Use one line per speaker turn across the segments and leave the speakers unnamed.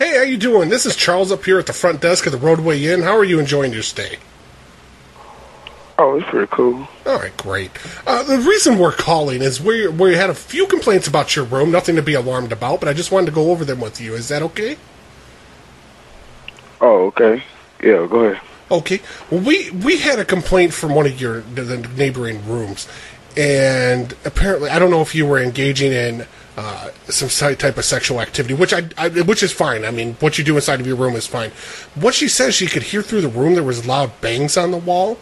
you doing? This is Charles up here at the front desk at the Roadway Inn. How are you enjoying your stay?
Oh, it's pretty cool.
All right, great. Uh, the reason we're calling is we we had a few complaints about your room. Nothing to be alarmed about, but I just wanted to go over them with you. Is that okay?
Oh, okay. Yeah, go ahead.
Okay. Well, we we had a complaint from one of your the- the neighboring rooms, and apparently, I don't know if you were engaging in uh, some si- type of sexual activity, which I, I which is fine. I mean, what you do inside of your room is fine. What she says, she could hear through the room. There was loud bangs on the wall,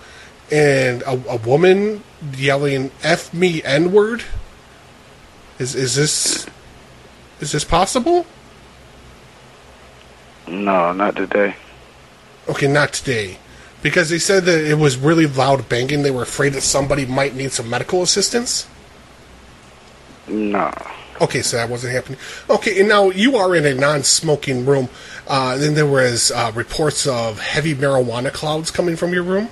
and a, a woman yelling "F me N word." Is is this is this possible?
No, not today.
Okay, not today. Because they said that it was really loud banging. They were afraid that somebody might need some medical assistance.
No.
Okay, so that wasn't happening. Okay, and now you are in a non smoking room. Uh, then there was uh, reports of heavy marijuana clouds coming from your room.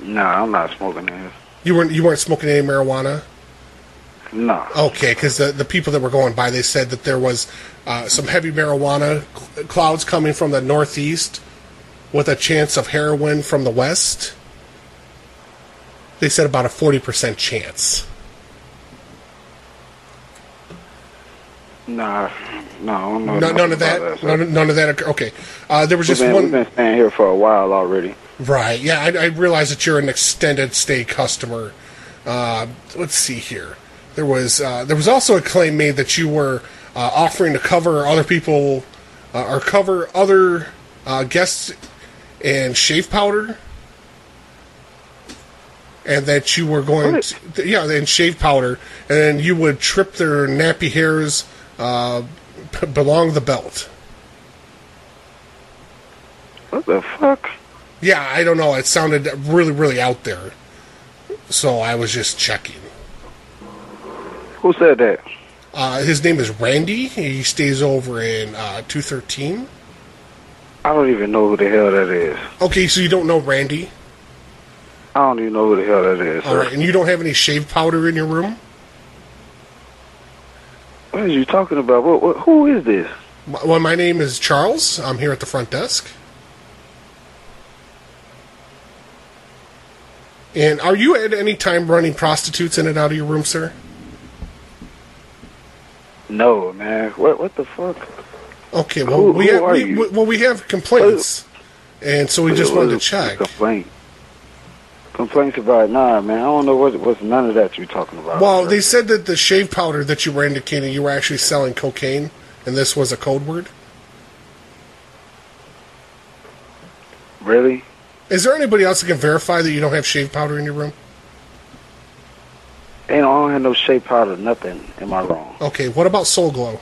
No, I'm not smoking this.
You weren't you weren't smoking any marijuana.
No.
Okay, because the, the people that were going by, they said that there was uh, some heavy marijuana cl- clouds coming from the northeast with a chance of heroin from the west. They said about a 40% chance.
No. No, no.
No, none of that. None, none of that. occur- Okay. Uh, there was
We've
just
been, we've
one.
been staying here for a while already.
Right. Yeah, I, I realize that you're an extended stay customer. Uh, let's see here. There was uh, there was also a claim made that you were uh, offering to cover other people uh, or cover other uh, guests in shave powder, and that you were going
What?
to yeah, in shave powder, and then you would trip their nappy hairs uh, b- belong the belt.
What the fuck?
Yeah, I don't know. It sounded really, really out there. So I was just checking.
Who said that?
Uh, his name is Randy. He stays over in uh, 213.
I don't even know who the hell that is.
Okay, so you don't know Randy?
I don't even know who the hell that is,
All
sir.
right, and you don't have any shave powder in your room?
What are you talking about? What, what, who is this?
My- Well, my name is Charles. I'm here at the front desk. And are you at any time running prostitutes in and out of your room, sir?
No, man. What what the fuck?
Okay, well,
Who-
we
who
have,
are
we,
you?
we- well, we have complaints. And so we just
What-
wanted to
what-
check.
Complaint. Complaints about nah, man. I don't know what what's none of that you're talking about.
Well,
sir.
they said that the shave powder that you were indicating you were actually selling cocaine, and this was a code word.
really.
Is there anybody else that can verify that you don't have shave powder in your room?
Ain't I don't have no shea powder, nothing. Am I wrong?
Okay, what about Soul Glow?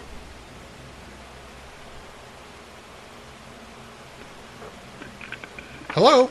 Hello?